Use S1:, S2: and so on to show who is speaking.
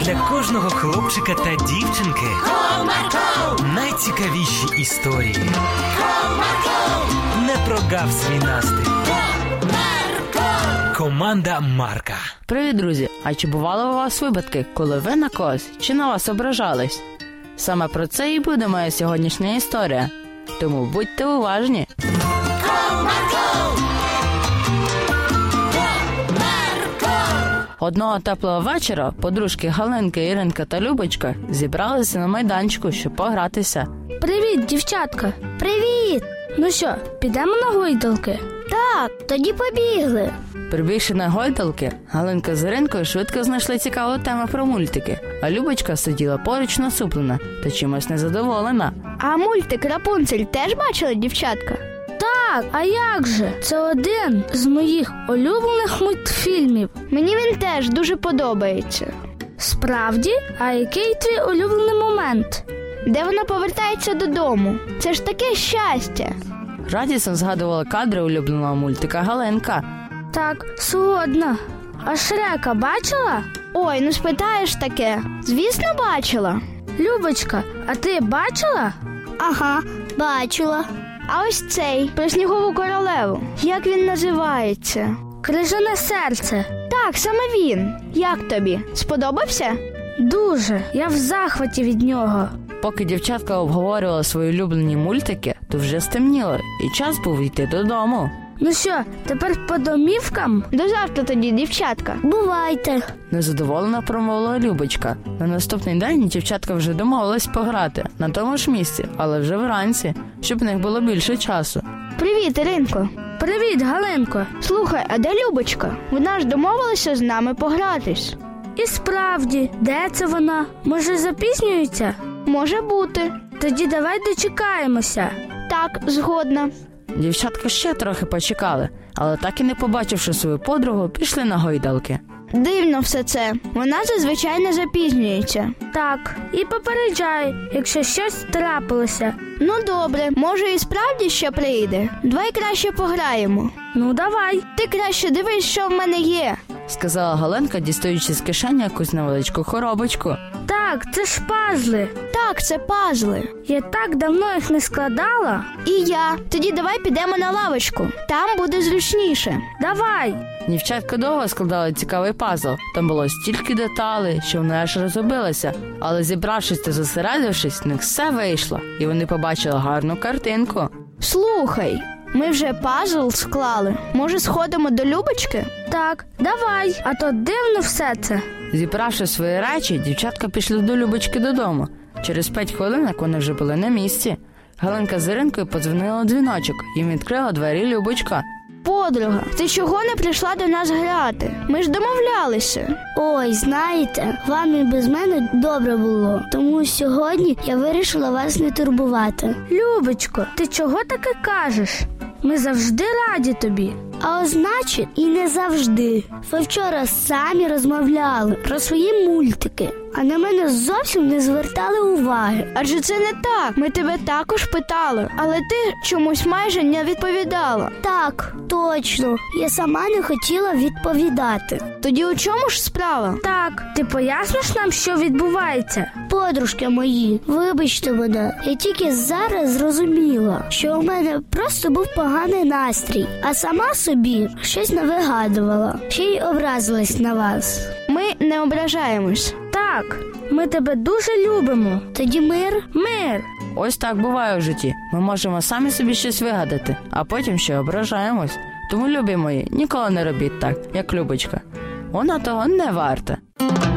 S1: для кожного хлопчика та дівчинки найцікавіші історії. Не прогав свій настрій. Команда Марка.
S2: Привіт, друзі! А чи бували у вас випадки, коли ви на когось чи на вас ображались? Саме про це і буде моя сьогоднішня історія. Тому будьте уважні. Одного теплого вечора подружки Галинки, Іринка та Любочка зібралися на майданчику, щоб погратися.
S3: Привіт, дівчатка. Привіт. Ну що, підемо на гойдалки? Так, тоді побігли.
S2: Прибігши на гойдалки, Галинка з Іринкою швидко знайшли цікаву тему про мультики, а Любочка сиділа поруч насуплена та чимось незадоволена.
S3: А мультик Рапунцель теж бачила дівчатка? Так, а як же? Це один з моїх улюблених мультфільмів. Мені він теж дуже подобається. Справді, а який твій улюблений момент? Де вона повертається додому? Це ж таке щастя.
S2: Радісно згадувала кадри улюбленого мультика Галенка.
S3: Так, сходно. А Шрека бачила? Ой, ну спитаєш таке. Звісно, бачила. Любочка, а ти бачила? Ага, бачила. А ось цей про снігову королеву. Як він називається? Крижане серце. Так, саме він. Як тобі? Сподобався? Дуже. Я в захваті від нього.
S2: Поки дівчатка обговорювала свої улюблені мультики, то вже стемніло, і час був йти додому.
S3: Ну що, тепер по домівкам? До завтра тоді, дівчатка. Бувайте.
S2: Незадоволена промовила Любочка. На наступний день дівчатка вже домовилась пограти на тому ж місці, але вже вранці, щоб в них було більше часу.
S3: Привіт, Іринко. Привіт, Галинко. Слухай, а де Любочка? Вона ж домовилася з нами погратись. І справді, де це вона? Може, запізнюється? Може бути. Тоді давай дочекаємося. Так, згодна.
S2: Дівчатка ще трохи почекали, але так і не побачивши свою подругу, пішли на гойдалки.
S3: Дивно все це. Вона зазвичай не запізнюється. Так, і попереджай, якщо щось трапилося. Ну добре, може і справді ще прийде. Давай краще пограємо. Ну давай. Ти краще дивись, що в мене є.
S2: Сказала Галенка, дістаючи з кишені якусь невеличку коробочку.
S3: Так, це ж пазли. Так, це пазли. Я так давно їх не складала. І я. Тоді давай підемо на лавочку. Там буде зручніше. Давай.
S2: Дівчатка довго складала цікавий пазл. Там було стільки деталей, що вона аж розробилася. Але зібравшись та зосередившись, в них все вийшло, і вони побачили гарну картинку.
S3: Слухай, ми вже пазл склали. Може, сходимо до Любочки? Так, давай, а то дивно все це.
S2: Зібравши свої речі, дівчатка пішли до Любочки додому. Через п'ять хвилинок вони вже були на місці. Галинка з Іринкою подзвонила у дзвіночок, їм відкрила двері Любочка.
S3: Подруга, ти чого не прийшла до нас грати? Ми ж домовлялися.
S4: Ой, знаєте, вам і без мене добре було. Тому сьогодні я вирішила вас не турбувати.
S3: Любочко, ти чого таке кажеш? Ми завжди раді тобі.
S4: А означить, і не завжди. Ви вчора самі розмовляли про свої мультики, а на мене зовсім не звертали уваги.
S3: Адже це не так. Ми тебе також питали, але ти чомусь майже не відповідала.
S4: Так, точно, я сама не хотіла відповідати.
S3: Тоді у чому ж справа? Так, ти поясниш нам, що відбувається?
S4: Подружки мої, вибачте мене, я тільки зараз зрозуміла, що у мене просто був поганий настрій, а сама собі щось навигадувала, ще й образилась на вас.
S3: Ми не ображаємось. Так, ми тебе дуже любимо.
S4: Тоді мир.
S3: Мир.
S2: Ось так буває в житті. Ми можемо самі собі щось вигадати, а потім ще ображаємось. Тому, любі мої, ніколи не робіть так, як Любочка. Вона того не варта.